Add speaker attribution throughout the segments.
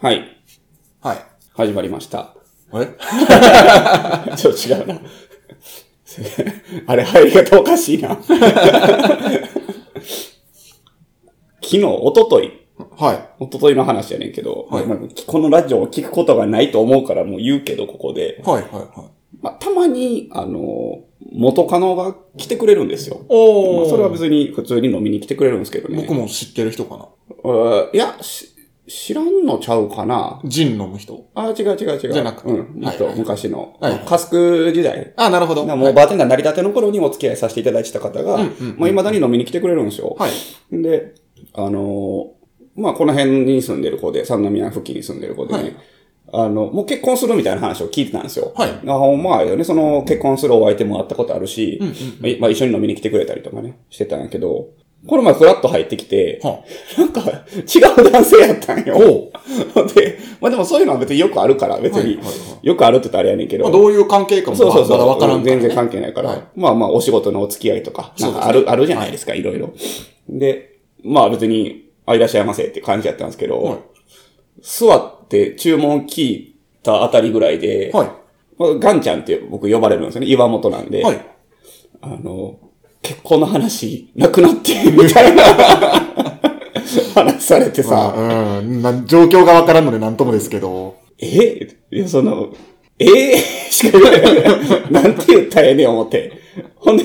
Speaker 1: はい。
Speaker 2: はい。
Speaker 1: 始まりました。
Speaker 2: え
Speaker 1: ちょっと違うな。 あれ、入り方おかしいな。 昨日、一昨日
Speaker 2: はい。
Speaker 1: 一昨日の話やねんけど、
Speaker 2: はい
Speaker 1: まあこのラジオを聞くことがないと思うからもう言うけど、ここで。
Speaker 2: はい、はい、はい。
Speaker 1: まあ、たまに、あの、元カノが来てくれるんですよ。ま
Speaker 2: お
Speaker 1: あ、それは
Speaker 2: に。
Speaker 1: 別に普通に飲みに来てくれるんですけどね。
Speaker 2: 僕も知ってる人かな。
Speaker 1: うんいや、し知らんのちゃうかな。
Speaker 2: ジン飲む人
Speaker 1: あー、違う違う違う。
Speaker 2: じゃなくて
Speaker 1: うん。
Speaker 2: はい
Speaker 1: えっと昔の、
Speaker 2: はい
Speaker 1: カスク時代。
Speaker 2: あ、なるほど。
Speaker 1: なもうバーテンダー成り立ての頃にお付き合いさせていただいてた方が、
Speaker 2: うんうんうん
Speaker 1: まあ、未だに飲みに来てくれるんですよ。
Speaker 2: はい。
Speaker 1: で、あのーまあ、この辺に住んでる子で、三宮付近に住んでる子でね、あの、もう結婚するみたいな話を聞いてたんですよ。
Speaker 2: はい
Speaker 1: あほんまあよね、その結婚するお相手も会ったことあるし、
Speaker 2: うんう
Speaker 1: ま
Speaker 2: ん
Speaker 1: あいまあ、一緒に飲みに来てくれたりとかね、してたんやけど、この前フラッと入ってきて、
Speaker 2: は
Speaker 1: なんか違う男性やったんよ。 で、まあでもそういうのは別によくあるから、別に
Speaker 2: はいはいは
Speaker 1: よくあるって言ったらあれやねんけど、
Speaker 2: まあ、どういう関係かも
Speaker 1: そうそうそう。
Speaker 2: まだわからんから、
Speaker 1: 全
Speaker 2: ね。
Speaker 1: 然関係ないから。
Speaker 2: はい
Speaker 1: まあまあ、お仕事のお付き合いとか、なんかあ
Speaker 2: そう
Speaker 1: る、あるじゃないですか、いろいろ。で、まあ別に、あ、いらっしゃいませって感じだったんですけど、
Speaker 2: はい
Speaker 1: 座って注文聞いたあたりぐらいで、
Speaker 2: はい。
Speaker 1: まあガンちゃんって僕呼ばれるんですよね、岩本なんで。
Speaker 2: はい。
Speaker 1: あの、結婚の話、なくなって、みたいな 話されてさ、
Speaker 2: まあうんなん。状況がわからんので何ともですけど。
Speaker 1: えいや、その、ええしか言えない。なんて言ったらええねん、思って。ほんで、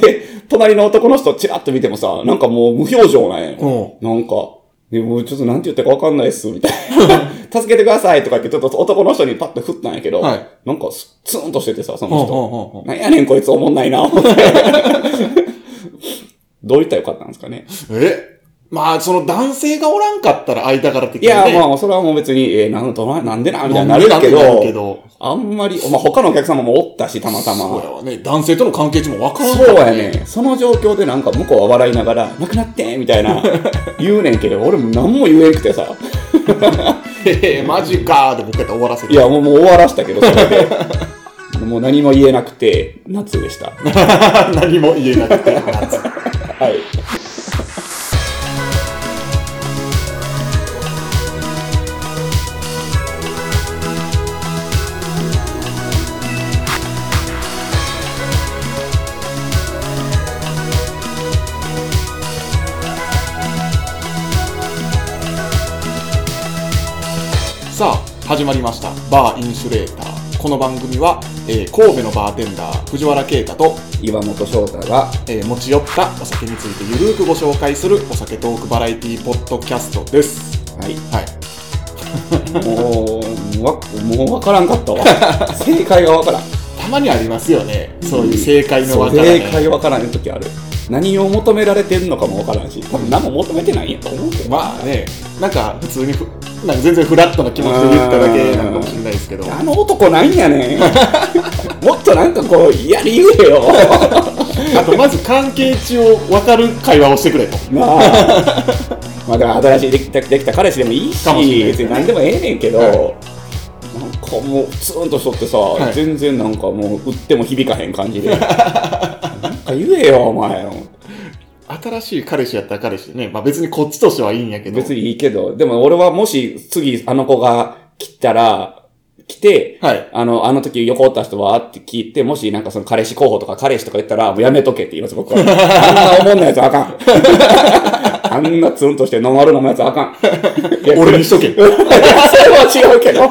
Speaker 1: 隣の男の人チラッと見てもさ、なんかもう無表情なんや
Speaker 2: う
Speaker 1: なんか、でもうちょっとなんて言ったかわかんないっす、みたいな。 助けてくださいとか言って、ちょっと男の人にパッと振ったんやけど、
Speaker 2: はい
Speaker 1: なんかスツーンとしててさ、そ
Speaker 2: ほ
Speaker 1: の
Speaker 2: うほう
Speaker 1: 人。
Speaker 2: ほうほう
Speaker 1: なんやねん、こいつおもんないな、 思って。どう言ったらよかったんですかね。
Speaker 2: えまあ、その男性がおらんかったら間柄的
Speaker 1: い
Speaker 2: に、ね。
Speaker 1: や、まあ、それはもう別に、えー、なんとな、なんでな、みたいになる
Speaker 2: なんで
Speaker 1: け
Speaker 2: なんてなる
Speaker 1: ど
Speaker 2: け、ど
Speaker 1: あんまり、まあ、他のお客様もおったし、たまたま。
Speaker 2: そうやわね。男性との関係値もわからんか
Speaker 1: そ
Speaker 2: ら
Speaker 1: うや ね。その状況でなんか向こうは笑いながら、なくなってみたい な、言うねんけど、俺も何も言えんくてさ。
Speaker 2: へへマジかーで僕やったら終わらせて。
Speaker 1: いや、もうもう終わらしたけど、それで。もう何も言えなくて、夏でした。は
Speaker 2: 何も言えなくて。
Speaker 1: い。
Speaker 2: さあ、始まりました。バーインシュレーター。この番組は、えー神戸のバーテンダー、藤原啓太と、
Speaker 1: 岩本翔太が、
Speaker 2: えー持ち寄ったお酒についてゆるーくご紹介するお酒トークバラエティポッドキャストです。
Speaker 1: はい。
Speaker 2: はい。
Speaker 1: もう、わ、もうわからんかったわ。正解がわからん。
Speaker 2: たまにありますよね。そういう正解のわから
Speaker 1: そ
Speaker 2: な
Speaker 1: う
Speaker 2: い
Speaker 1: 正解わからん時ある。何を求められてんのかもわからんし、多分何も求めてないんやと思うけど。
Speaker 2: まあね、なんか普通にふ、なんか全然フラットな気持ちで言っただけなのかもしれないですけど。
Speaker 1: あの男なんやねん。 もっとなんかこう、やり言えよ。
Speaker 2: あとまず関係値を分かる会話をしてくれと。
Speaker 1: なあ。まあ、だから新しいできたできた彼氏でもいいし、
Speaker 2: かもしれない
Speaker 1: 別に何でもええねんけど、
Speaker 2: はい
Speaker 1: なんかもう、ツーンとしとってさ、
Speaker 2: い
Speaker 1: 全然なんかもう、打っても響かへん感 じで。なんか言えよ、お前。
Speaker 2: 新しい彼氏やったら彼氏でね、まあ別にこっちとしてはいいんやけど。
Speaker 1: 別にいいけど、でも俺はもし次あの子が来たら、来て、
Speaker 2: はい
Speaker 1: あの、あの時横おった人はって聞いて、もしなんかその彼氏候補とか彼氏とか言ったら、もうやめとけって言います、僕は。あんなおもんなやつあか ん。あんなツンとしてノンアル飲むやつあかん。いや
Speaker 2: 俺にしとけ。
Speaker 1: それも違うけど、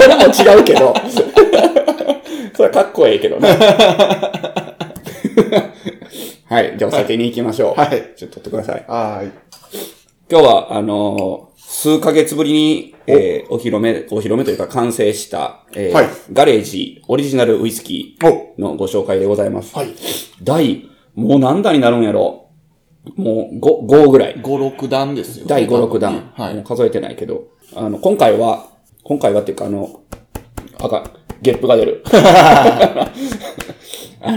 Speaker 1: それも違うけど、 それかっこええけ どね。はい、じゃあお酒に行きましょう。
Speaker 2: はい
Speaker 1: ちょっと取ってください。
Speaker 2: はーい。
Speaker 1: 今日は、あのー数ヶ月ぶりに、えーお披露目、お披露目というか完成した、えー
Speaker 2: はい
Speaker 1: ガレージオリジナルウイスキーのご紹介でございます。
Speaker 2: はい。
Speaker 1: 第、もう何段になるんやろもう5、5ぐらい。
Speaker 2: 5、6段ですよね。
Speaker 1: 第5、6段。
Speaker 2: は
Speaker 1: もう
Speaker 2: い。
Speaker 1: 数えてないけど。あの、今回は、今回はっていうか、あの、あかん、ゲップが出る。 あ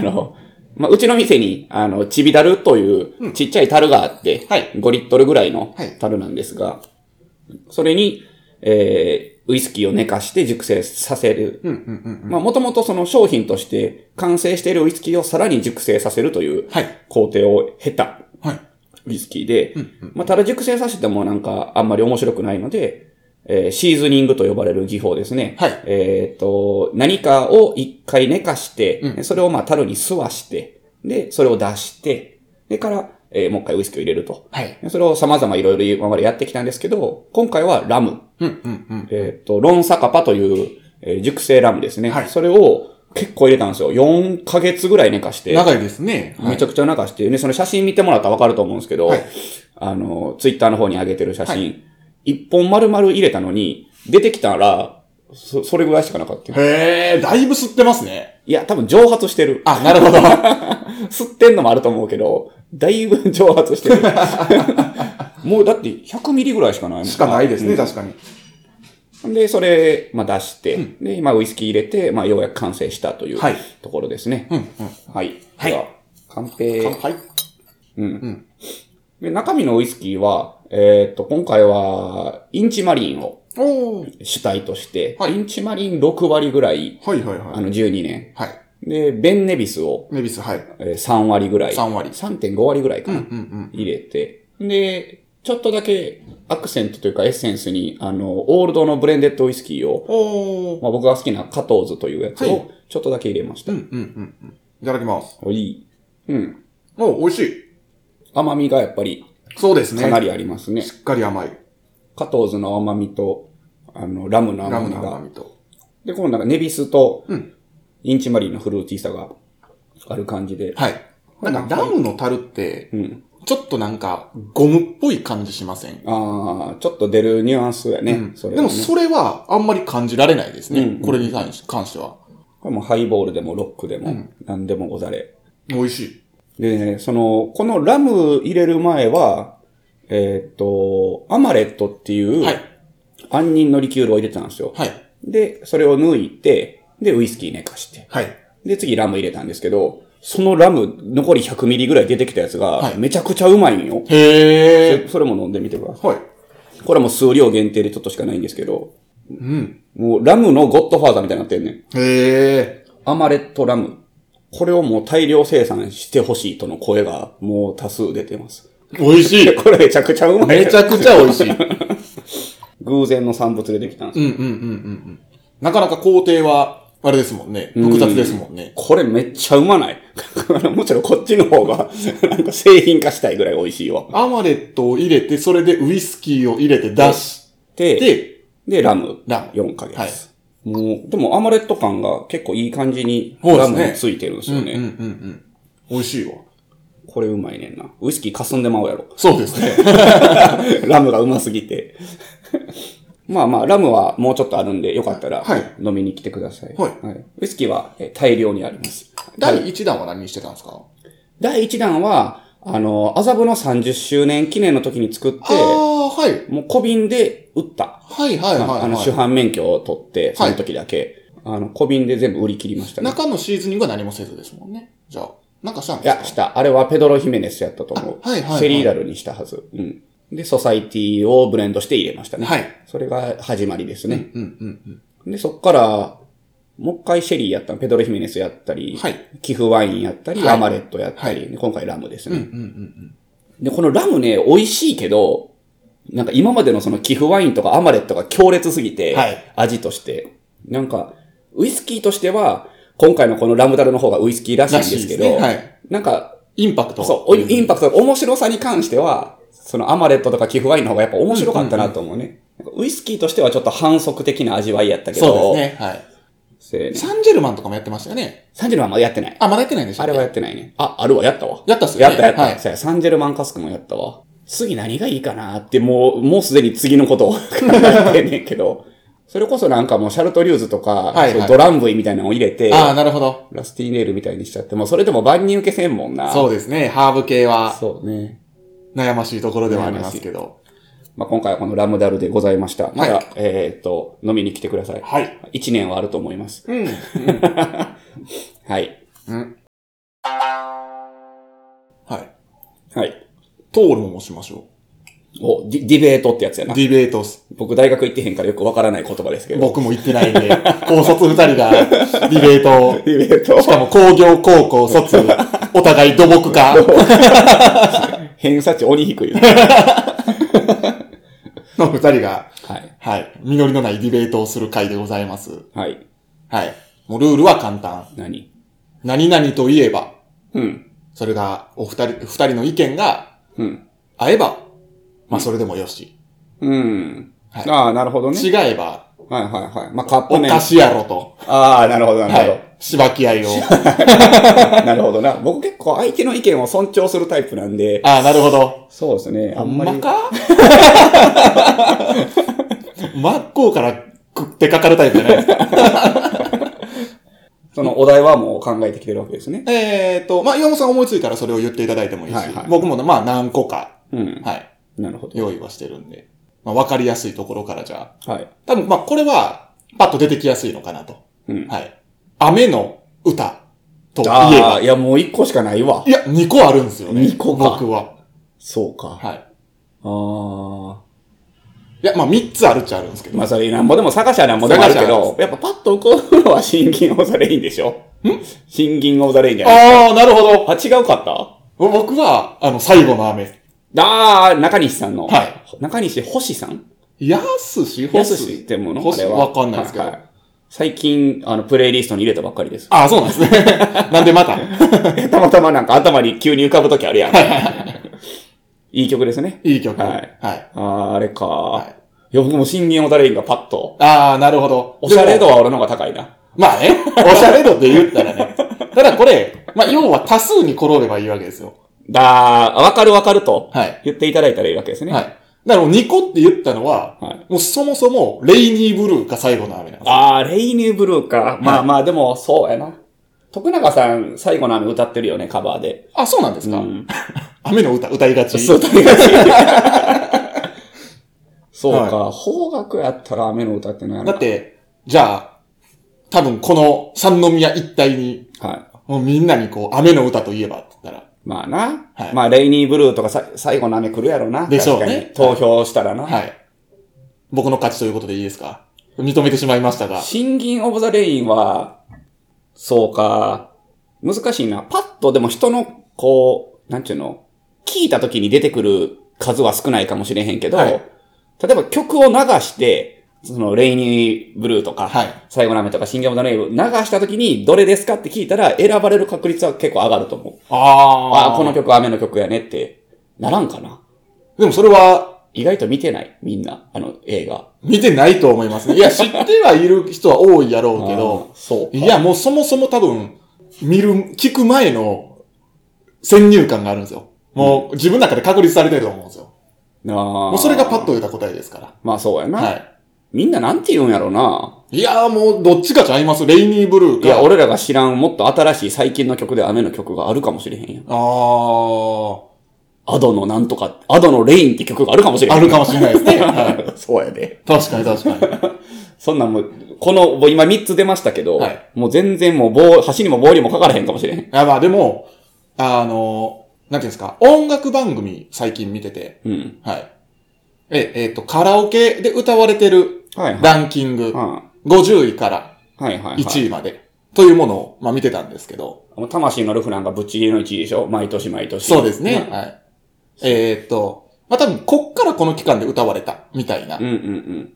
Speaker 1: の、まあ、うちの店に、あの、ちびだるというちっちゃい樽があって、
Speaker 2: はい
Speaker 1: 5リットルぐらいの
Speaker 2: はい
Speaker 1: 樽なんですが、それに、えー、ウイスキーを寝かして熟成させる。
Speaker 2: うんうんうん。
Speaker 1: まあ、もともとその商品として完成しているウイスキーをさらに熟成させるという
Speaker 2: はい
Speaker 1: 工程を経た
Speaker 2: はい。
Speaker 1: ウイスキーで、まあ、ただ熟成させてもなんかあんまり面白くないので、えーシーズニングと呼ばれる技法ですね。
Speaker 2: はい
Speaker 1: えっ、と、何かを一回寝かして、
Speaker 2: うん
Speaker 1: それをまあ、樽に吸わして、で、それを出して、でから、えーもう一回ウイスキーを入れると。
Speaker 2: はい。
Speaker 1: それを様々いろいろ今までやってきたんですけど、今回はラム。
Speaker 2: うん、うん、うん。
Speaker 1: えっ、と、ロンサカパという、えー熟成ラムですね。
Speaker 2: はい
Speaker 1: それを結構入れたんですよ。4ヶ月ぐらい寝かして。
Speaker 2: 長いですね。
Speaker 1: めちゃくちゃ流して、ね、その写真見てもらったらわかると思うんですけど、
Speaker 2: はい
Speaker 1: あの、ツイッターの方に上げてる写
Speaker 2: は
Speaker 1: 真、一、本丸々入れたのに、出てきたら、そ、それぐらいしかなかった。い
Speaker 2: へえ、だいぶ吸ってますね。
Speaker 1: や、多分蒸発してる。
Speaker 2: あ、なる ほど。
Speaker 1: 吸ってんのもあると思うけど、だいぶ蒸発して る。もうだって100ミリぐらいしかないもん
Speaker 2: しかないですね、
Speaker 1: うん
Speaker 2: 確かに。
Speaker 1: で、それ、まあ出して、で、今ウイスキー入れて、まあようやく完成したという
Speaker 2: はい
Speaker 1: ところですね。
Speaker 2: うん、うん。
Speaker 1: はい。
Speaker 2: はい
Speaker 1: では。乾杯。
Speaker 2: 乾杯。
Speaker 1: で、中身のウイスキーは、えーっと、今回は、インチマリンを
Speaker 2: おー。
Speaker 1: 主体として、
Speaker 2: はい
Speaker 1: インチマリン6割ぐらい、
Speaker 2: はい、はい、
Speaker 1: あ
Speaker 2: はい。
Speaker 1: の、12年。
Speaker 2: はい。
Speaker 1: で、ベンネビスを、
Speaker 2: ネビス、はい。
Speaker 1: えー3割ぐらい。
Speaker 2: 3割
Speaker 1: 3.5割ぐらいかな。
Speaker 2: うん、うん。
Speaker 1: 入れて。で、ちょっとだけアクセントというかエッセンスに、あの、オールドのブレンデッドウイスキーを、
Speaker 2: おー。
Speaker 1: まあ、僕が好きなカトーズというやつ
Speaker 2: は
Speaker 1: を
Speaker 2: い、
Speaker 1: ちょっとだけ入れまし
Speaker 2: う
Speaker 1: た。
Speaker 2: ん、うん、うんうん。いただきます。
Speaker 1: おい。うん。
Speaker 2: おー、美味しい。
Speaker 1: 甘みがやっぱり、
Speaker 2: そうですね。
Speaker 1: かなりありますね。
Speaker 2: しっかり甘い。
Speaker 1: カトーズの甘みと、あの、ラムの
Speaker 2: ラ
Speaker 1: 甘
Speaker 2: ム
Speaker 1: み
Speaker 2: の
Speaker 1: が
Speaker 2: 甘みと。
Speaker 1: で、このなんかネビスと
Speaker 2: うん、
Speaker 1: インチマリーのフルーティーさがある感じで。
Speaker 2: はい。なんか、ラムの樽って、
Speaker 1: うん。
Speaker 2: ちょっとなんか、ゴムっぽい感じしません
Speaker 1: ああ、ちょっと出るニュアンスやね。
Speaker 2: うん
Speaker 1: それ
Speaker 2: で
Speaker 1: はね
Speaker 2: もそれはあんまり感じられないですね。
Speaker 1: うんうん
Speaker 2: これに関し関しては。
Speaker 1: これもハイボールでもロックでも、
Speaker 2: ん
Speaker 1: 何でもござれ。
Speaker 2: 美味しい。
Speaker 1: でね、その、このラム入れる前は、えーっと、アマレットっていう、
Speaker 2: はい。
Speaker 1: 杏仁のリキュールを入れてたんですよ。
Speaker 2: はい。
Speaker 1: で、それを抜いて、で、ウイスキー寝かして。
Speaker 2: はい。
Speaker 1: で、次ラム入れたんですけど、そのラム、残り100ミリぐらい出てきたやつが
Speaker 2: は、い
Speaker 1: めちゃくちゃうまいんよ。
Speaker 2: へえ。
Speaker 1: そそれも飲んでみてください。
Speaker 2: はい。
Speaker 1: これはもう数量限定でちょっとしかないんですけど、
Speaker 2: うん。
Speaker 1: もうラムのゴッドファーザーみたいになってんねん。
Speaker 2: へえ。
Speaker 1: アマレットラム。これをもう大量生産してほしいとの声がもう多数出てます。
Speaker 2: 美味し
Speaker 1: いや
Speaker 2: い。
Speaker 1: これめちゃくちゃうまい。
Speaker 2: めちゃくちゃ美味しい。 うん
Speaker 1: 偶然の産物でできたんです。
Speaker 2: うんうんうんうん。なかなか工程は、あれですもんね。複雑ですもんね。
Speaker 1: これめっちゃうまない。むしろこっちの方が、なんか製品化したいぐらい美味しいわ。
Speaker 2: アマレットを入れて、それでウイスキーを入れて出し
Speaker 1: で、で、
Speaker 2: て、
Speaker 1: ラム。
Speaker 2: ラム
Speaker 1: 4ヶ月。
Speaker 2: はい
Speaker 1: もう、でもアマレット感が結構いい感じに、
Speaker 2: そうで
Speaker 1: ラ
Speaker 2: すね
Speaker 1: ムについてるんです
Speaker 2: う
Speaker 1: よ
Speaker 2: んうん
Speaker 1: ね。
Speaker 2: うんうん。美味しいわ。
Speaker 1: これうまいねんな。ウイスキーかすんでまうやろ。
Speaker 2: そうです ね。
Speaker 1: ラムがうますぎて。 まあまあ、ラムはもうちょっとあるんで、よかったら
Speaker 2: はい
Speaker 1: 飲みに来てください。
Speaker 2: はい
Speaker 1: ウイスキーはえ大量にあります。
Speaker 2: 第1弾は何にしてたんですか
Speaker 1: 第1弾は、あの、麻布の30周年記念の時に作って
Speaker 2: あ、あ、はい。
Speaker 1: もう小瓶で売った。
Speaker 2: はいはいは
Speaker 1: ま
Speaker 2: いはい。
Speaker 1: ああの、主犯免許を取って、その時だけ、あの、小瓶で全部売り切りましたね。
Speaker 2: 中のシーズニングは何もせずですもんね。じゃあ、なんかしたん
Speaker 1: い
Speaker 2: ですか
Speaker 1: や、した。あれはペドロ・ヒメネスやったと思う。
Speaker 2: あはいはいはい
Speaker 1: セリーダルにしたはず。うん。で、ソサイティをブレンドして入れましたね。
Speaker 2: はい。
Speaker 1: それが始まりですね。
Speaker 2: うんうんうん。
Speaker 1: で、そっから、もう一回シェリーやったの、ペドロ・ヒメネスやったり、
Speaker 2: はい
Speaker 1: 寄付ワインやったり、
Speaker 2: はい
Speaker 1: アマレットやったり、で今回ラムですね、
Speaker 2: うんうんうん
Speaker 1: で、このラムね、美味しいけど、なんか今までのその寄付ワインとかアマレットが強烈すぎて、
Speaker 2: はい
Speaker 1: 味として。なんか、ウイスキーとしては、今回のこのラムダルの方がウイスキーらしいんですけど、
Speaker 2: らしいですねはい
Speaker 1: なんか、
Speaker 2: インパクト。
Speaker 1: そう、おインパクト、面白さに関しては、そのアマレットとか寄付ワインの方がやっぱ面白かったなと思うね。なんかウイスキーとしてはちょっと反則的な味わいやったけど、
Speaker 2: そうですね。はい。
Speaker 1: せーの
Speaker 2: サンジェルマンとかもやってましたよね。
Speaker 1: サンジェルマンまだやってない。
Speaker 2: あ、まだやってないんでしょ
Speaker 1: あれはやってないね。あ、あるわ、やったわ。
Speaker 2: やったっすよ
Speaker 1: や
Speaker 2: ね
Speaker 1: ったやった。
Speaker 2: はい
Speaker 1: そうやサンジェルマンカスクもやったわ。次何がいいかなって、もう、もうすでに次のことを 考えてんねんけど、それこそなんかもうシャルトリューズとか、
Speaker 2: はい
Speaker 1: そうドランブイみたいなのを入れて、
Speaker 2: ああ、なるほど。
Speaker 1: ラスティーネールみたいにしちゃって、もうそれでも万人受けせんもんな。
Speaker 2: そうですね。ハーブ系は
Speaker 1: そうね。
Speaker 2: 悩ましいところではありますけど。
Speaker 1: まあ、今回はこのラムダルでございました。まだ、
Speaker 2: は
Speaker 1: えーっと、飲みに来てください。
Speaker 2: はい。
Speaker 1: 一年はあると思います。
Speaker 2: うん。
Speaker 1: はい。
Speaker 2: うん。はい。
Speaker 1: はい。
Speaker 2: 討論をしましょ
Speaker 1: お、ディディベートってやつや
Speaker 2: う。
Speaker 1: な。
Speaker 2: ディベートス。
Speaker 1: 僕大学行ってへんからよくわからない言葉ですけど。
Speaker 2: 僕も言ってないんで、高卒二人がディベートを。
Speaker 1: ディベート
Speaker 2: しかも工業高校卒、お互い土木家。
Speaker 1: 偏差値鬼低い。
Speaker 2: の二人が、
Speaker 1: はい。
Speaker 2: はい、実りのないディベートをする回でございます。
Speaker 1: はい。
Speaker 2: はい。もうルールは簡単。
Speaker 1: 何
Speaker 2: 何々といえば、
Speaker 1: うん。
Speaker 2: それが、お二人、二人の意見が
Speaker 1: うん。
Speaker 2: 合えば、まあそれでもよし。
Speaker 1: うん。
Speaker 2: はい
Speaker 1: ああ、なるほどね。
Speaker 2: 違えば、
Speaker 1: はいはいはい。まあ、カップ
Speaker 2: お
Speaker 1: 麺。
Speaker 2: かしやろと。
Speaker 1: ああ、なるほど、な
Speaker 2: は
Speaker 1: る
Speaker 2: い。しばき合いを。
Speaker 1: ほど。なるほどな。僕結構相手の意見を尊重するタイプなんで、
Speaker 2: ああ、なるほど。
Speaker 1: そうですね。あ
Speaker 2: ほ
Speaker 1: ん
Speaker 2: ん
Speaker 1: まり。
Speaker 2: まか 真っ向から食ってかかるタイプじゃないです か。
Speaker 1: そのお題はもう考えてきてるわけですね。
Speaker 2: えっと、まあ、岩本さん思いついたらそれを言っていただいてもいいし、
Speaker 1: はいはい
Speaker 2: 僕もねまあ何個か、
Speaker 1: うん。
Speaker 2: はい、
Speaker 1: なるほど。
Speaker 2: 用意はしてるんで、まあ、わかりやすいところからじゃあ、
Speaker 1: はい。
Speaker 2: 多分まあこれは、パッと出てきやすいのかなと。
Speaker 1: うん。
Speaker 2: はい。雨の歌といえ
Speaker 1: ああ、
Speaker 2: ば。
Speaker 1: いやもう一個しかないわ
Speaker 2: い。や、2個あるんですよね。
Speaker 1: 二個か
Speaker 2: 僕は。
Speaker 1: そうか。
Speaker 2: はい。
Speaker 1: あ
Speaker 2: いや、まあ3つあるっちゃあるんですけ
Speaker 1: あ。
Speaker 2: ど。
Speaker 1: まあそれなんぼでも探しゃなんぼでもあるけ
Speaker 2: 探しゃあ
Speaker 1: ど、やっぱパッと浮かぶのは新銀オザレインでしょん新銀オザレインじゃない
Speaker 2: ああ、なるほど。
Speaker 1: あ、違うかった
Speaker 2: 僕は、あの、最後の雨。
Speaker 1: ああ、中西さんの。
Speaker 2: はい。
Speaker 1: 中西星さん
Speaker 2: やすし、ほ
Speaker 1: や
Speaker 2: す
Speaker 1: す
Speaker 2: し
Speaker 1: しってもの
Speaker 2: ほ
Speaker 1: あ
Speaker 2: す
Speaker 1: れは。
Speaker 2: わかんないですけど。
Speaker 1: はは最近、あの、プレイリストに入れたばっかり です。
Speaker 2: ああ、そうなんですね。 なんでまた。
Speaker 1: たまたまなんか頭に急に浮かぶときあるやん。いい曲ですね。
Speaker 2: いい曲。
Speaker 1: はい
Speaker 2: はい。
Speaker 1: あーあれか、
Speaker 2: い
Speaker 1: い。や、僕も新銀オタレインがパッと。
Speaker 2: ああ、なるほど。
Speaker 1: おしゃれ
Speaker 2: で
Speaker 1: 度
Speaker 2: も
Speaker 1: は俺の方が高いな。
Speaker 2: まあね。おしゃれ度って言ったらね。ただこれ、まあ、要は多数に転べばいいわけですよ。
Speaker 1: だー、わかるわかると
Speaker 2: はい。
Speaker 1: 言っていただいたらいいわけですね。
Speaker 2: はい。だからもう2個って言ったのは、
Speaker 1: はい
Speaker 2: もうそもそも、レイニーブルーが最後の雨なんです。
Speaker 1: あー、レイニューブルーか。まあまあ、でも、そうやな。徳永さん、最後の雨歌ってるよね、カバーで。
Speaker 2: あ、そうなんですか、
Speaker 1: うん
Speaker 2: 雨の歌、歌いがち。
Speaker 1: そう、歌い がち。そうか、邦楽やったら雨の歌ってないな
Speaker 2: だっ。て、じゃあ、多分この三宮一帯に、
Speaker 1: はい。
Speaker 2: もうみんなにこう、雨の歌といえばって言ったら、
Speaker 1: まあな。
Speaker 2: はい
Speaker 1: まあ、レイニーブルーとかさ最後の雨来るやろな。
Speaker 2: でしょうね
Speaker 1: 確かに投票したらな。
Speaker 2: はい。僕の勝ちということでいいですか認めてしまいましたが。
Speaker 1: 新銀オブザレインは、そうか、難しいな。パッとでも人の、こう、なんちゅうの、聞いた時に出てくる数は少ないかもしれへんけど、
Speaker 2: はい
Speaker 1: 例えば曲を流して、その、レイニーブルーとか、
Speaker 2: はい
Speaker 1: 最後の雨とか、新銀オブザレインを流した時に、どれですかって聞いたら、選ばれる確率は結構上がると思う。
Speaker 2: あ
Speaker 1: ああ、この。曲雨の曲やねって、ならんかな。
Speaker 2: でもそれは、
Speaker 1: 意外と見てない、みんな、あの、映画。
Speaker 2: 見てないと思いますね。いや、知ってはいる人は多いやろうけど
Speaker 1: あー、そうか。
Speaker 2: いや、もうそもそも多分、見る、聞く前の先入観があるんですよ。もう自分の中で確立されてると思うんですよ。
Speaker 1: も
Speaker 2: もうそれがパッと出た答えですから。
Speaker 1: まあそうやな。
Speaker 2: は
Speaker 1: みんななんて言うんやろな。
Speaker 2: い。いやーもうどっちかちゃいますレイニーブルー
Speaker 1: い
Speaker 2: か。
Speaker 1: や、。俺らが知らん、もっと新しい最近の曲で雨の曲があるかもしれへんやん。
Speaker 2: あー。
Speaker 1: アドのなんとか、アドのレインって曲があるかもしれへん。
Speaker 2: あるかもしれないで すね。はい。
Speaker 1: そうやで。
Speaker 2: 確かに確かに。
Speaker 1: そんなんもう、この、もう今3つ出ましたけど、
Speaker 2: はい
Speaker 1: もう全然もう棒、橋にも棒にもかからへんかもしれへん。
Speaker 2: あまあでも、あの、なんていうんですか、音楽番組最近見てて、
Speaker 1: うん。
Speaker 2: はい。え、えっ、と、カラオケで歌われてる
Speaker 1: はいはい。
Speaker 2: ランキン
Speaker 1: う
Speaker 2: グ、
Speaker 1: んはい
Speaker 2: 50位から
Speaker 1: はいはい。
Speaker 2: 1位まで、というものを、まあ見てたんですけど、
Speaker 1: もう魂のルフなんかぶっちぎりの1位でしょ毎年毎年。
Speaker 2: そうですね。。はい。えーっと、まあ、多分、こっからこの期間で歌われた、みたいな
Speaker 1: うん、うんうん。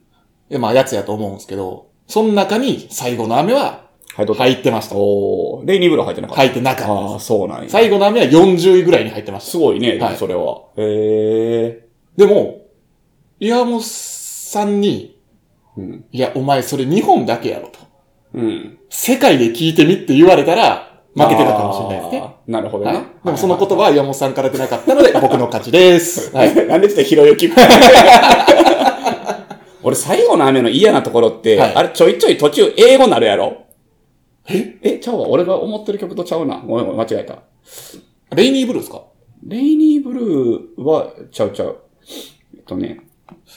Speaker 2: えまあ、やつやと思うんですけど、その中に最後の雨は
Speaker 1: はい、どうぞ
Speaker 2: 入ってました。
Speaker 1: おーレイニーブルー入ってなかった。
Speaker 2: 入ってなかった
Speaker 1: ああー、そうなん
Speaker 2: です。
Speaker 1: や。
Speaker 2: 最後の雨は40位ぐらいに入ってまし
Speaker 1: す
Speaker 2: た。
Speaker 1: ごいね、でも
Speaker 2: はい
Speaker 1: それは。へえ。
Speaker 2: でも、岩本さんに、
Speaker 1: うん。
Speaker 2: いや、お前それ日本だけやろと。
Speaker 1: うん。
Speaker 2: 世界で聞いてみって言われたら、負けてたかもしれないですね。
Speaker 1: あー。なるほど
Speaker 2: は
Speaker 1: ね。
Speaker 2: い。でもその
Speaker 1: こ
Speaker 2: 言葉
Speaker 1: と
Speaker 2: は岩本さんから出なかったので、僕の勝ちです。はい。
Speaker 1: なんでちょっとひろゆき 俺最後の雨の嫌なところって、
Speaker 2: はい
Speaker 1: あれちょいちょい途中英語なるやろ。
Speaker 2: え
Speaker 1: え、ちゃうわ。俺が思ってる曲とちゃうな。ごめんごめん、間違えた。
Speaker 2: レイニーブルーですか
Speaker 1: レイニーブルーは、ちゃうちゃう。えっとね。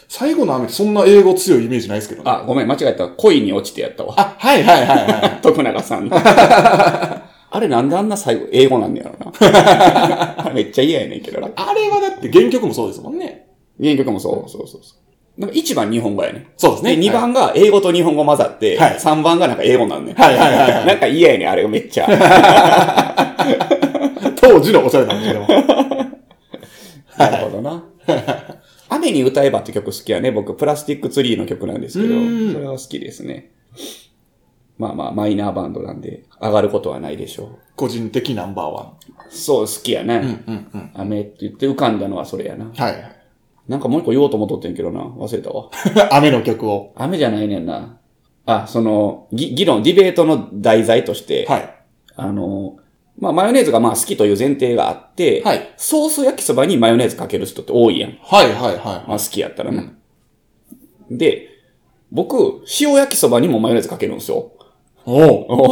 Speaker 2: 最後の雨ってそんな英語強いイメージないですけどね。
Speaker 1: あ、ごめん、間違えた。恋に落ちてやったわ。
Speaker 2: あ、はいはいはいはい。
Speaker 1: 徳永さんの。あれなんであんな最後、英語なんねやろ な。めっちゃ嫌やねんけどな。
Speaker 2: あれはだって原曲もそうですもんね。
Speaker 1: 原曲もそう。そうそうそう。なんか1番日本語やね。
Speaker 2: そうですね。
Speaker 1: で、2番が英語と日本語混ざって、
Speaker 2: はい
Speaker 1: 3番がなんか英語なんね。
Speaker 2: はいはいはいは い
Speaker 1: なんか嫌やねん、あれがめっちゃ。
Speaker 2: はい、当時のおしゃれなんですけども。
Speaker 1: なるほどな。雨めに歌えばって曲好きやね。僕、プラスティックツリーの曲なんですけど
Speaker 2: うん、
Speaker 1: それは好きですね。まあまあ、マイナーバンドなんで、上がることはないでしょ
Speaker 2: 個人的ナンバーワ
Speaker 1: う。そう、好きやね。
Speaker 2: ン。うんうんうん。
Speaker 1: 雨って言って浮かんだのはそれやな。
Speaker 2: はいはい。
Speaker 1: なんかもう一個言おうと思っとってんけどな。忘れたわ。
Speaker 2: 雨の曲を。
Speaker 1: 雨じゃないねんな。あ、その、ぎ議論、ディベートの題材として、
Speaker 2: はい。
Speaker 1: あの、まあ、マヨネーズがまあ好きという前提があって、
Speaker 2: はい
Speaker 1: ソース焼きそばにマヨネーズかける人って多いやん。
Speaker 2: はいはいは
Speaker 1: まあ、好きやったらね。で、僕、塩焼きそばにもマヨネーズかけるんです よ。
Speaker 2: い。おう。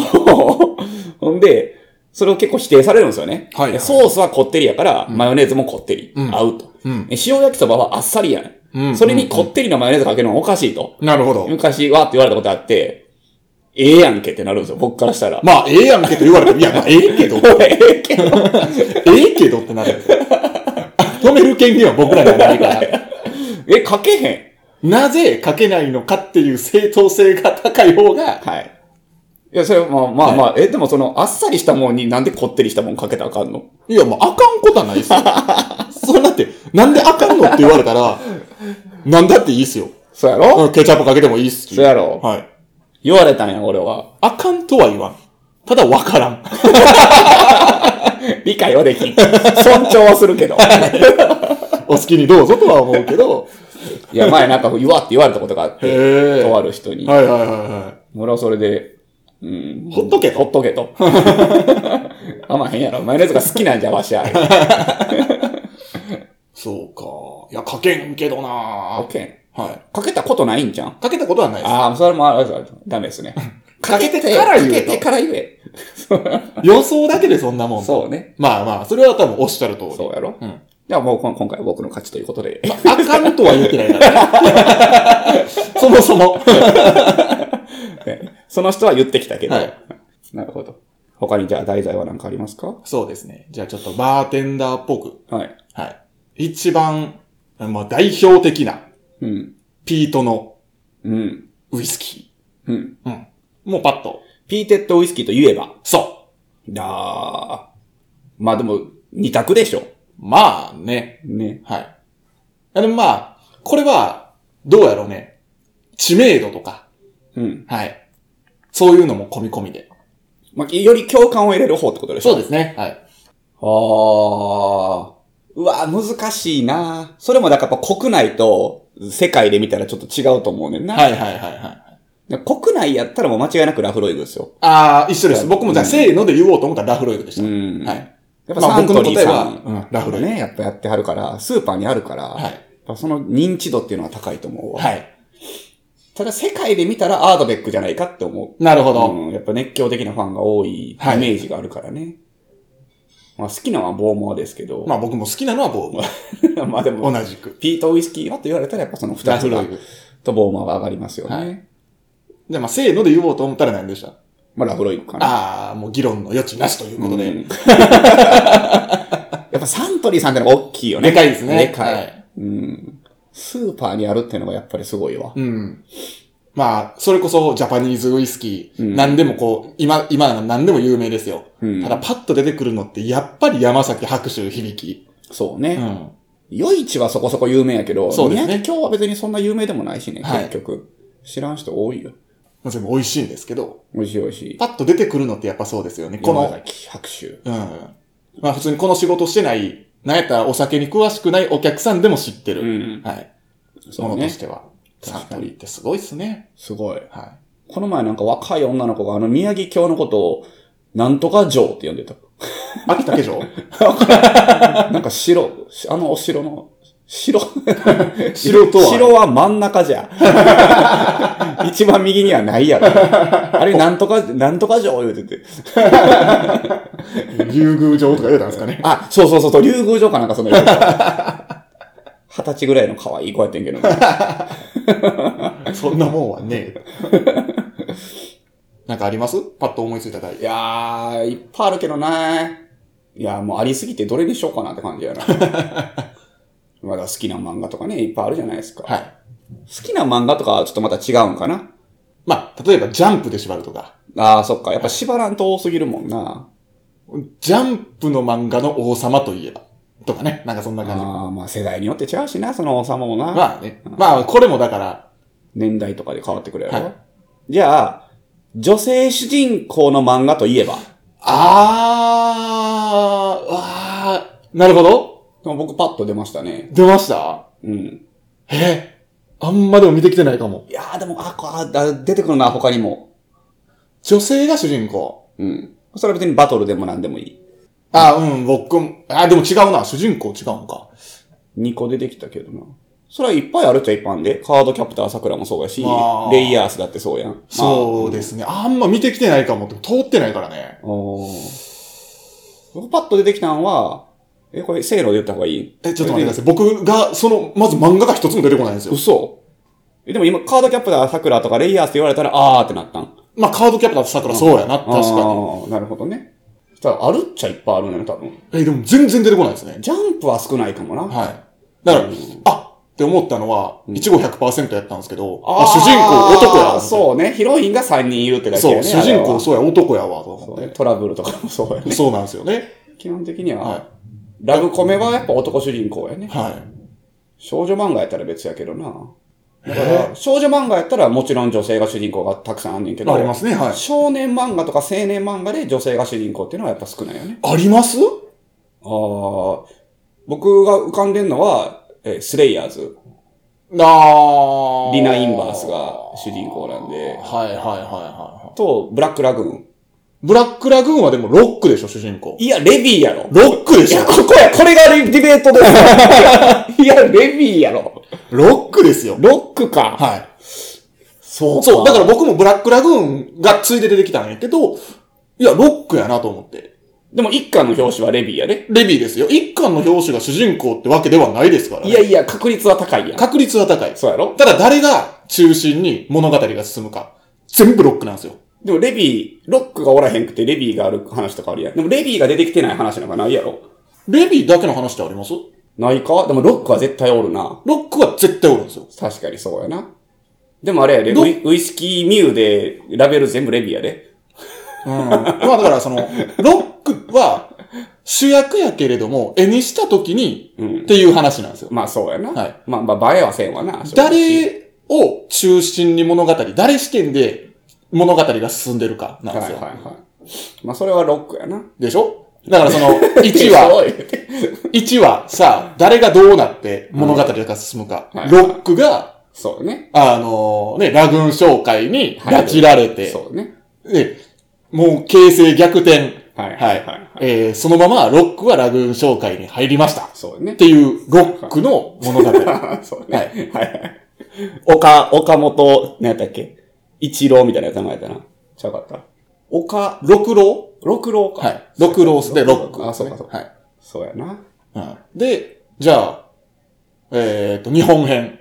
Speaker 1: ほんで、それを結構否定されるんですよね。
Speaker 2: はいはい
Speaker 1: ソースはこってりやから、マヨネーズもこってり。
Speaker 2: うん
Speaker 1: 合うと。
Speaker 2: うん
Speaker 1: え塩焼きそばはあっさりやん。
Speaker 2: うん
Speaker 1: それにこってりのマヨネーズかけるのはおかしいと。
Speaker 2: なるほど。
Speaker 1: 昔はって言われたことあって、ええやんけってなるんですよ、僕からしたら。
Speaker 2: まあ、ええやんけと言われても、いや、まあ、え えけど、
Speaker 1: ええけど。
Speaker 2: ええけどってなる。 止める権限は僕らにはない から。
Speaker 1: え、かけへん。
Speaker 2: なぜ書けないのかっていう正当性が高い方が、
Speaker 1: はい。いや、それはまあまあまあ、え、でもその、あっさりしたもんになんでこってりしたもんかけたらあかんの
Speaker 2: いや、もうあかんことはない ですよ。それだって、なんであかんのって言われたら、なんだっていいっすよ。
Speaker 1: そうやろ、
Speaker 2: うんケチャップかけてもいいっすし
Speaker 1: そうやろ
Speaker 2: はい。
Speaker 1: 言われたんや、俺は。
Speaker 2: あかんとは言わん。ただわからん。
Speaker 1: 理解はできん。尊重はするけど。
Speaker 2: お好きにどうぞとは思うけど。
Speaker 1: いや、前なんか、言わって言われたことがあって、
Speaker 2: へえ。
Speaker 1: とあ
Speaker 2: は
Speaker 1: る人
Speaker 2: い
Speaker 1: に。
Speaker 2: はいはいは
Speaker 1: 俺はそれで、うん。
Speaker 2: ほっとけ
Speaker 1: ほっとけ と。あんまへんやろ。マヨネーズが好きなんじゃ、わしゃ。
Speaker 2: い。そうか。いや、書けんけどな
Speaker 1: オッケ
Speaker 2: はい。
Speaker 1: ー。かけたことないんじゃ ん。
Speaker 2: かけたことはないです。
Speaker 1: ああ、それもあるあるダメですね。
Speaker 2: かけてから言うと
Speaker 1: かけてから言え。
Speaker 2: 予想だけでそんなもん。
Speaker 1: そうね。
Speaker 2: まあまあ、それは多分おっしゃる通り。
Speaker 1: そうやろ
Speaker 2: うん。
Speaker 1: じゃあもうこ今回は僕の勝ちということで。
Speaker 2: あかんとは言ってないから。そもそも。
Speaker 1: その人は言ってきたけど。
Speaker 2: はい
Speaker 1: なるほど。他にじゃあ題材は何かありますか
Speaker 2: そうですね。じゃあちょっとバーテンダーっぽく。
Speaker 1: はい。
Speaker 2: はい。一番、まあ代表的な、
Speaker 1: うん。
Speaker 2: ピートの
Speaker 1: うん。
Speaker 2: ウイスキ
Speaker 1: うん。
Speaker 2: ー。うん。もうパッと。
Speaker 1: ピーテッドウイスキーと言えば。
Speaker 2: そ
Speaker 1: あー。まあでも、二択でしょ。
Speaker 2: う。まあね。
Speaker 1: ね。
Speaker 2: はい。あでもまあ、これは、どうやろうね。知名度とか。
Speaker 1: うん。
Speaker 2: はい。そういうのも込み込みで。
Speaker 1: まあ、より共感を得れる方ってことでしょ
Speaker 2: そうですね。はい。
Speaker 1: あー。うわー、難しいなそれもだからやっぱ国内と世界で見たらちょっと違うと思うねんな。
Speaker 2: はいはいはいはい。
Speaker 1: で国内やったらもう間違いなくラフロイグですよ。
Speaker 2: ああ、一緒です。
Speaker 1: はい
Speaker 2: 僕もじゃあ、
Speaker 1: うん
Speaker 2: せーので言おうと思ったらラフロイグでし
Speaker 1: う
Speaker 2: た。
Speaker 1: ん。
Speaker 2: は。い。
Speaker 1: やっぱ
Speaker 2: まあ
Speaker 1: サントリーさん、
Speaker 2: 僕の答えはうんラ
Speaker 1: ラ
Speaker 2: フ
Speaker 1: フ
Speaker 2: ロイ
Speaker 1: ル
Speaker 2: グ
Speaker 1: ね、やっぱやってはるから、スーパーにあるから、
Speaker 2: はい
Speaker 1: やっぱその認知度っていうのは高いと思うわ。
Speaker 2: はい。
Speaker 1: ただ世界で見たらアードベックじゃないかって思う。
Speaker 2: なるほど。
Speaker 1: うん、やっぱ熱狂的なファンが多いイメ
Speaker 2: はい
Speaker 1: ージがあるからね。まあ好きなのはボーモアですけど、
Speaker 2: まあ僕も好きなのはボー
Speaker 1: まあでも、
Speaker 2: ム。同じく。
Speaker 1: ピートウイスキーはと言われたらやっぱその二つが
Speaker 2: グ。
Speaker 1: とボーモアが上がりますよね。
Speaker 2: はいじゃあまあ、せーので言おうと思ったら何でした
Speaker 1: まあラフロイグかな。
Speaker 2: ああ、もう議論の余地なしということで。
Speaker 1: うん やっぱサントリーさんってのが大きいよね。
Speaker 2: でかいですね。
Speaker 1: でかい。
Speaker 2: はい。
Speaker 1: うん。スーパーにあるってのがやっぱりすごいわ。
Speaker 2: うん。まあ、それこそジャパニーズウイスキー、
Speaker 1: うん
Speaker 2: 何でもこう、今、今なら何でも有名ですよ。
Speaker 1: うん
Speaker 2: ただパッと出てくるのって、やっぱり山崎白秋響き。
Speaker 1: そう
Speaker 2: う
Speaker 1: ね。
Speaker 2: ん。
Speaker 1: 夜市はそこそこ有名やけど、
Speaker 2: そうですね
Speaker 1: 宮城京は別にそんな有名でもないしね、
Speaker 2: はい
Speaker 1: 結局。知らん人多いよ。
Speaker 2: まあ、全部美味しいんですけど、
Speaker 1: 美味しい美味しい。
Speaker 2: パッと出てくるのってやっぱそうですよね。この
Speaker 1: 山、崎白秋。
Speaker 2: うん。まあ普通にこの仕事してない、なんやったらお酒に詳しくないお客さんでも知って
Speaker 1: う
Speaker 2: る。
Speaker 1: ん。
Speaker 2: はい。
Speaker 1: そ
Speaker 2: も
Speaker 1: う
Speaker 2: のと
Speaker 1: ね
Speaker 2: し。ては。サン
Speaker 1: 確かに
Speaker 2: トリーってすごいっすね。
Speaker 1: すごい。
Speaker 2: は
Speaker 1: この前なんか若い女の子があの宮城京のことを、なんとか城って呼んでた。
Speaker 2: い。秋竹城
Speaker 1: なんか城、あのお城の、城
Speaker 2: 城とは
Speaker 1: 城は真ん中じゃ。 一番右にはないやろ。あれ、なんとか、なんとか城言うてて。
Speaker 2: 竜宮城とか言うたんですかね。
Speaker 1: あ、そうそうそうそう、竜宮城かなんかその言うてた二十歳ぐらいの可愛い子やってんけどね。
Speaker 2: そんなもんはね え。なんかありますパッと思いついた題
Speaker 1: い。やー、いっぱいあるけどね。いやー、もうありすぎてどれにしようかなって感じ やな。まだ好きな漫画とかね、いっぱいあるじゃないですか。
Speaker 2: はい。
Speaker 1: 好きな漫画とかはちょっとまた違うんかな。
Speaker 2: まあ、例えばジャンプで縛るとか、
Speaker 1: あー、そっか。やっぱ縛らんと多すぎるもんな。
Speaker 2: ジャンプの漫画の王様といえば。とかね、なんかそんな感じ。
Speaker 1: ああ、まあ世代によって違うしな、その王様もな。
Speaker 2: まあね。まあ、これもだから、
Speaker 1: 年代とかで変わってくるやろ、
Speaker 2: はい
Speaker 1: じゃあ、女性主人公の漫画といえば、
Speaker 2: あー、わー、なるほど。
Speaker 1: 僕パッと出ましたね。
Speaker 2: 出ました
Speaker 1: うん。
Speaker 2: えあんまでも見てきてないかも。
Speaker 1: いやーでも、あ、こああ出てくるな、他にも。
Speaker 2: 女性が主人公。
Speaker 1: うん。それは別にバトルでも何でもいい。
Speaker 2: あ、うん、僕も、あ、でも違うな。主人公違うんか。
Speaker 1: 2個出てきたけどな。それはいっぱいあるっちゃいっぱいあるんで。カードキャプター桜もそうやし
Speaker 2: まあ、
Speaker 1: レイヤースだってそうやん。
Speaker 2: そうですね。あんま見てきてないかもって、通ってないからね。
Speaker 1: まあ。おー僕パッと出てきたんは、え、これ、せーので言った方がいい
Speaker 2: え、ちょっと待ってください。僕が、その、まず漫画が一つも出てこないんですよ。
Speaker 1: 嘘えでも今、カードキャプター桜とかレイヤースって言われたら、あーってなったん。
Speaker 2: まあ、カードキャプターと桜そうやな、確かに。
Speaker 1: に。なるほどね。じゃあ、あるっちゃいっぱいあるんだよね、多分。
Speaker 2: え、でも全然出てこないですね。
Speaker 1: ジャンプは少ないかもな。
Speaker 2: はい。だから、
Speaker 1: うん
Speaker 2: あって思ったのは、いちご100%やったんですけど、あ、
Speaker 1: ー
Speaker 2: 主人公男やわ。
Speaker 1: そうね。ヒロインが3人いるってだけ
Speaker 2: そ
Speaker 1: や
Speaker 2: う、
Speaker 1: ね。
Speaker 2: 主人公
Speaker 1: そ
Speaker 2: そうや、男やわ、と
Speaker 1: う
Speaker 2: 思
Speaker 1: ね。
Speaker 2: っ
Speaker 1: トラブルとかもそう やね。
Speaker 2: て。そうなんですよね。
Speaker 1: 基本的には、
Speaker 2: は
Speaker 1: ラブコメはやっぱ男主人公やね。
Speaker 2: はい。
Speaker 1: 少女漫画やったら別やけどな。だから、少女漫画やったらもちろん女性が主人公がたくさんあんねんけど、
Speaker 2: ありますね、はい。
Speaker 1: 少年漫画とか青年漫画で女性が主人公っていうのはやっぱ少ないよね。
Speaker 2: あります
Speaker 1: あー僕が浮かんでんのは、えースレイヤーズ。
Speaker 2: あ
Speaker 1: リナ・インバースが主人公なんで、
Speaker 2: はいはいはいは
Speaker 1: と、ブラック・ラグーン。
Speaker 2: い。ブラックラグーンはでもロックでしょ、主人公。
Speaker 1: いや、レビーやろ。
Speaker 2: ロックで
Speaker 1: い
Speaker 2: しょ
Speaker 1: や、ここや、 これがレディベートです。いや、レビーやろ。
Speaker 2: ロックですよ。
Speaker 1: ロックか。
Speaker 2: はい。
Speaker 1: そ
Speaker 2: そう、だから僕もブラックラグーンがついで出てきたんやけど、いや、ロックやなと思って。
Speaker 1: でも一巻の表紙はレビーやね。
Speaker 2: レビーですよ。一巻の表紙が主人公ってわけではないですからね。
Speaker 1: いやいや、確率は高いやん。
Speaker 2: 確率は高い。
Speaker 1: そうやろ
Speaker 2: ただ誰が中心に物語が進むか。全部ロックなんですよ。
Speaker 1: でもレビー、ロックがおらへんくてレビーがある話とかあるやん。でもレビーが出てきてない話なんかないやろ。
Speaker 2: レビーだけの話ってあります
Speaker 1: ないかでもロックは絶対おるな。
Speaker 2: ロックは絶対おるんですよ。
Speaker 1: 確かにそうやな。でもあれやで、
Speaker 2: ロ
Speaker 1: ウイウイスキーミューでラベル全部レビーやで。
Speaker 2: うん。ま あだからその、ロックは主役やけれども、絵にした時に
Speaker 1: うん
Speaker 2: っていう話なんですよ。
Speaker 1: まあそうやな。
Speaker 2: はい
Speaker 1: まあまあ、映えはせんわな。正直
Speaker 2: 誰を中心に物語、誰視点で物語が進んでるかなんで
Speaker 1: は
Speaker 2: す
Speaker 1: い
Speaker 2: よ。
Speaker 1: はいはい。まあそれはロックやな。
Speaker 2: でしょだからその、1話、1話さ、誰がどうなって物語が進むか。
Speaker 1: はい
Speaker 2: ロックが、
Speaker 1: そうね。
Speaker 2: あのね、ラグーン商会に
Speaker 1: はい
Speaker 2: 拉致られて、
Speaker 1: そうね。
Speaker 2: で、もう形勢逆転。
Speaker 1: はい
Speaker 2: えーそのままロックはラグーン商会に入りました。
Speaker 1: そうね
Speaker 2: っ。ていうロックの物語。
Speaker 1: そうね。はい。はい。岡、岡本、何やったっけ一郎みたいな名前やったな。ちゃうかった。岡、
Speaker 2: 六郎
Speaker 1: 六郎か。
Speaker 2: はい。六郎でロック。
Speaker 1: あ、そうかそうか。
Speaker 2: はい。
Speaker 1: そうやな。
Speaker 2: うんで、じゃあ、えっ、と、日本編。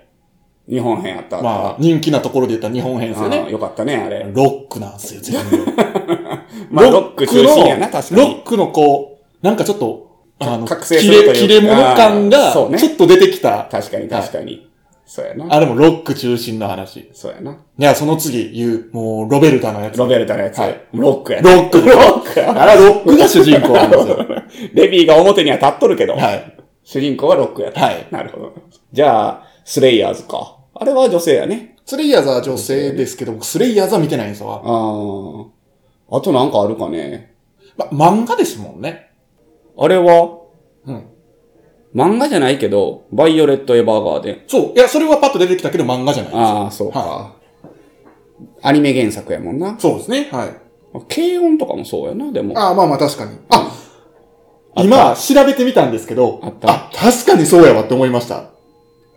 Speaker 1: 日本編あった。
Speaker 2: まあ、人気なところで言ったら日本編
Speaker 1: あった
Speaker 2: ですよ
Speaker 1: あー
Speaker 2: ね。
Speaker 1: よかったね、あれ。
Speaker 2: ロックなんですよ、全部。
Speaker 1: まあ、ロック中心やな、
Speaker 2: ロッ
Speaker 1: 確
Speaker 2: ク
Speaker 1: か
Speaker 2: のロ
Speaker 1: に。
Speaker 2: ックのこう、なんかちょっと、あの、
Speaker 1: 覚醒す
Speaker 2: 切
Speaker 1: るという
Speaker 2: れ、
Speaker 1: か
Speaker 2: 切れ者感
Speaker 1: あー
Speaker 2: が、
Speaker 1: そうね
Speaker 2: ちょっと出てきた。
Speaker 1: 確かに、確かに。そうやな。
Speaker 2: あれもロック中心の話。い
Speaker 1: そうやな。
Speaker 2: や、その次言う、もう、ロベルタのやつ。
Speaker 1: ロベルタのやつ。
Speaker 2: はい
Speaker 1: ロックやな。
Speaker 2: ロック。
Speaker 1: ロックや。
Speaker 2: あれはロックが主人公なんですよ。
Speaker 1: レビーが表には立っとるけど。
Speaker 2: はい。
Speaker 1: 主人公はロックやった。
Speaker 2: はい
Speaker 1: なるほど。じゃあ、スレイヤーズか。あれは女性やね。
Speaker 2: スレイヤーズは女性ですけど、僕スレイヤーズは見てないんですよ。
Speaker 1: あー。あとなんかあるかね。
Speaker 2: ま、漫画ですもんね。
Speaker 1: あれは、
Speaker 2: うん。
Speaker 1: 漫画じゃないけど、バイオレット・エヴァーガーデン。
Speaker 2: そう。いや、それはパッと出てきたけど漫画じゃないです。
Speaker 1: ああ、そうか、アニメ原作やもんな。
Speaker 2: そうですね。はい。
Speaker 1: 軽音とかもそうやな、でも。
Speaker 2: ああ、まあまあ確かに。あ
Speaker 1: あった
Speaker 2: 今、調べてみたんですけど、
Speaker 1: あった
Speaker 2: 確かにそうやわって思いました。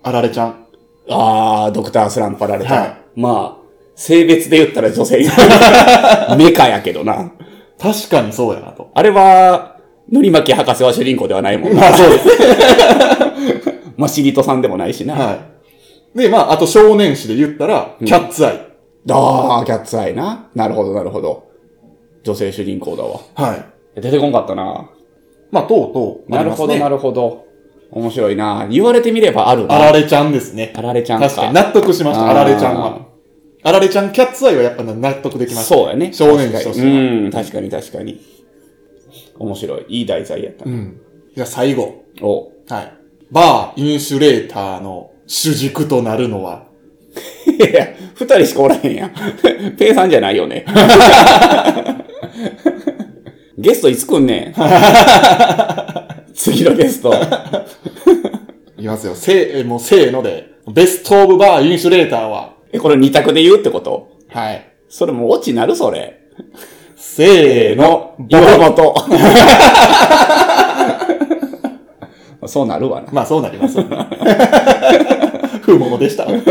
Speaker 2: あられちゃん。
Speaker 1: ああ、ドクター・スランパられた。
Speaker 2: はい
Speaker 1: まあ、性別で言ったら女性。 メカやけどな。
Speaker 2: 確かにそうやなと。
Speaker 1: あれは、のりまき博士は主人公ではないもんな。
Speaker 2: まあそうです。
Speaker 1: まあ、シリトさんでもないしな。
Speaker 2: はい。で、まあ、あと少年誌で言ったら、キャッツアイ。
Speaker 1: ああ、キャッツアイな。なるほど、なるほど。女性主人公だわ。
Speaker 2: はい。
Speaker 1: 出てこんかったな。
Speaker 2: まあ、とうとう、
Speaker 1: なるほど、な
Speaker 2: る
Speaker 1: るほど。面白いな。言われてみればあるな。
Speaker 2: あられちゃんですね。
Speaker 1: あられちゃんか。
Speaker 2: 確かに。納得しました、
Speaker 1: あー
Speaker 2: あられちゃんは。あられちゃん、キャッツアイはやっぱ納得できました。
Speaker 1: そうやね。
Speaker 2: 少年誌と
Speaker 1: 確
Speaker 2: し
Speaker 1: か
Speaker 2: ては
Speaker 1: にうん、確かに確かに。面白い。いい題材やった
Speaker 2: う
Speaker 1: な。
Speaker 2: ん。じゃあ最後。
Speaker 1: お。
Speaker 2: はい。バーインシュレーターの主軸となるのは、
Speaker 1: いや、二人しかおらへんやん。 ペイさんじゃないよね。 ゲストいつ来ん ねん。次のゲスト。
Speaker 2: いきますよ。せー、もうせーので、ベストオブバーインシュレーターは、
Speaker 1: え、これ二択で言うってこと
Speaker 2: はい。
Speaker 1: それもうオチなるそれ。
Speaker 2: せーの、ボロボロ。
Speaker 1: ボト。そうなるわな。
Speaker 2: まあそうなりますよね。 ふうものでした。はい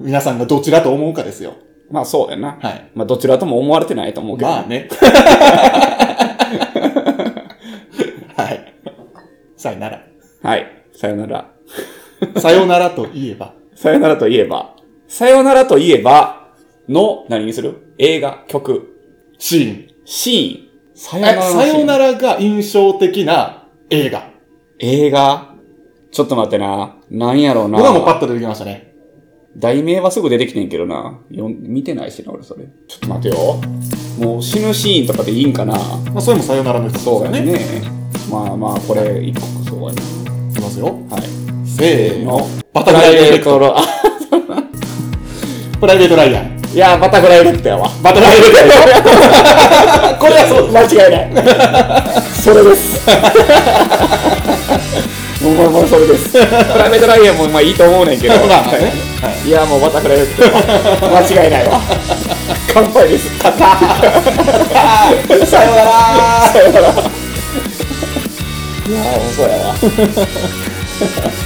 Speaker 2: 皆さんがどちらと思うかですよ。
Speaker 1: まあそうやな。
Speaker 2: はい。
Speaker 1: まあどちらとも思われてないと思うけど。
Speaker 2: まあね。 はい。さよなら。
Speaker 1: はい。さよなら。
Speaker 2: さよならといえば、
Speaker 1: さよならといえば。さよならといえば、の、何にする映画、曲、
Speaker 2: シーン。
Speaker 1: シーン。さ
Speaker 2: えさよな
Speaker 1: ら。
Speaker 2: らが印象的な映画。
Speaker 1: 映画ちょっと待ってな。なんやろうな。
Speaker 2: 僕はもうパッと出てきましたね。
Speaker 1: 題名はすぐ出てきてんけどな。よん見てないしな、俺それ。ちょっと待てよ。もう死ぬシーンとかでいいんかな。
Speaker 2: まあそれもさよならの一つです
Speaker 1: そう
Speaker 2: よ
Speaker 1: や
Speaker 2: ね。
Speaker 1: ね。まあまあ、これ、一個そうや
Speaker 2: いきますよ。
Speaker 1: な。はい。
Speaker 2: せーの。バタフ
Speaker 1: プラ
Speaker 2: ライ
Speaker 1: イ
Speaker 2: エ
Speaker 1: ベ
Speaker 2: レ
Speaker 1: ー
Speaker 2: ク
Speaker 1: ト
Speaker 2: ト。
Speaker 1: ロ、あ、
Speaker 2: プライベートライアン。
Speaker 1: いやー、バタフライエフェクトやわ。
Speaker 2: バタフライエレクト。これはそう。
Speaker 1: 間違いない。それです。もう、もう、それです。プライベートライアンも、まあ、いいと思うねんけど。
Speaker 2: まあね。
Speaker 1: いや、もう、バタフライエフェクトやわ。間違いないわ。乾杯です。 乾杯。
Speaker 2: さよなら
Speaker 1: いやー、そうやわ。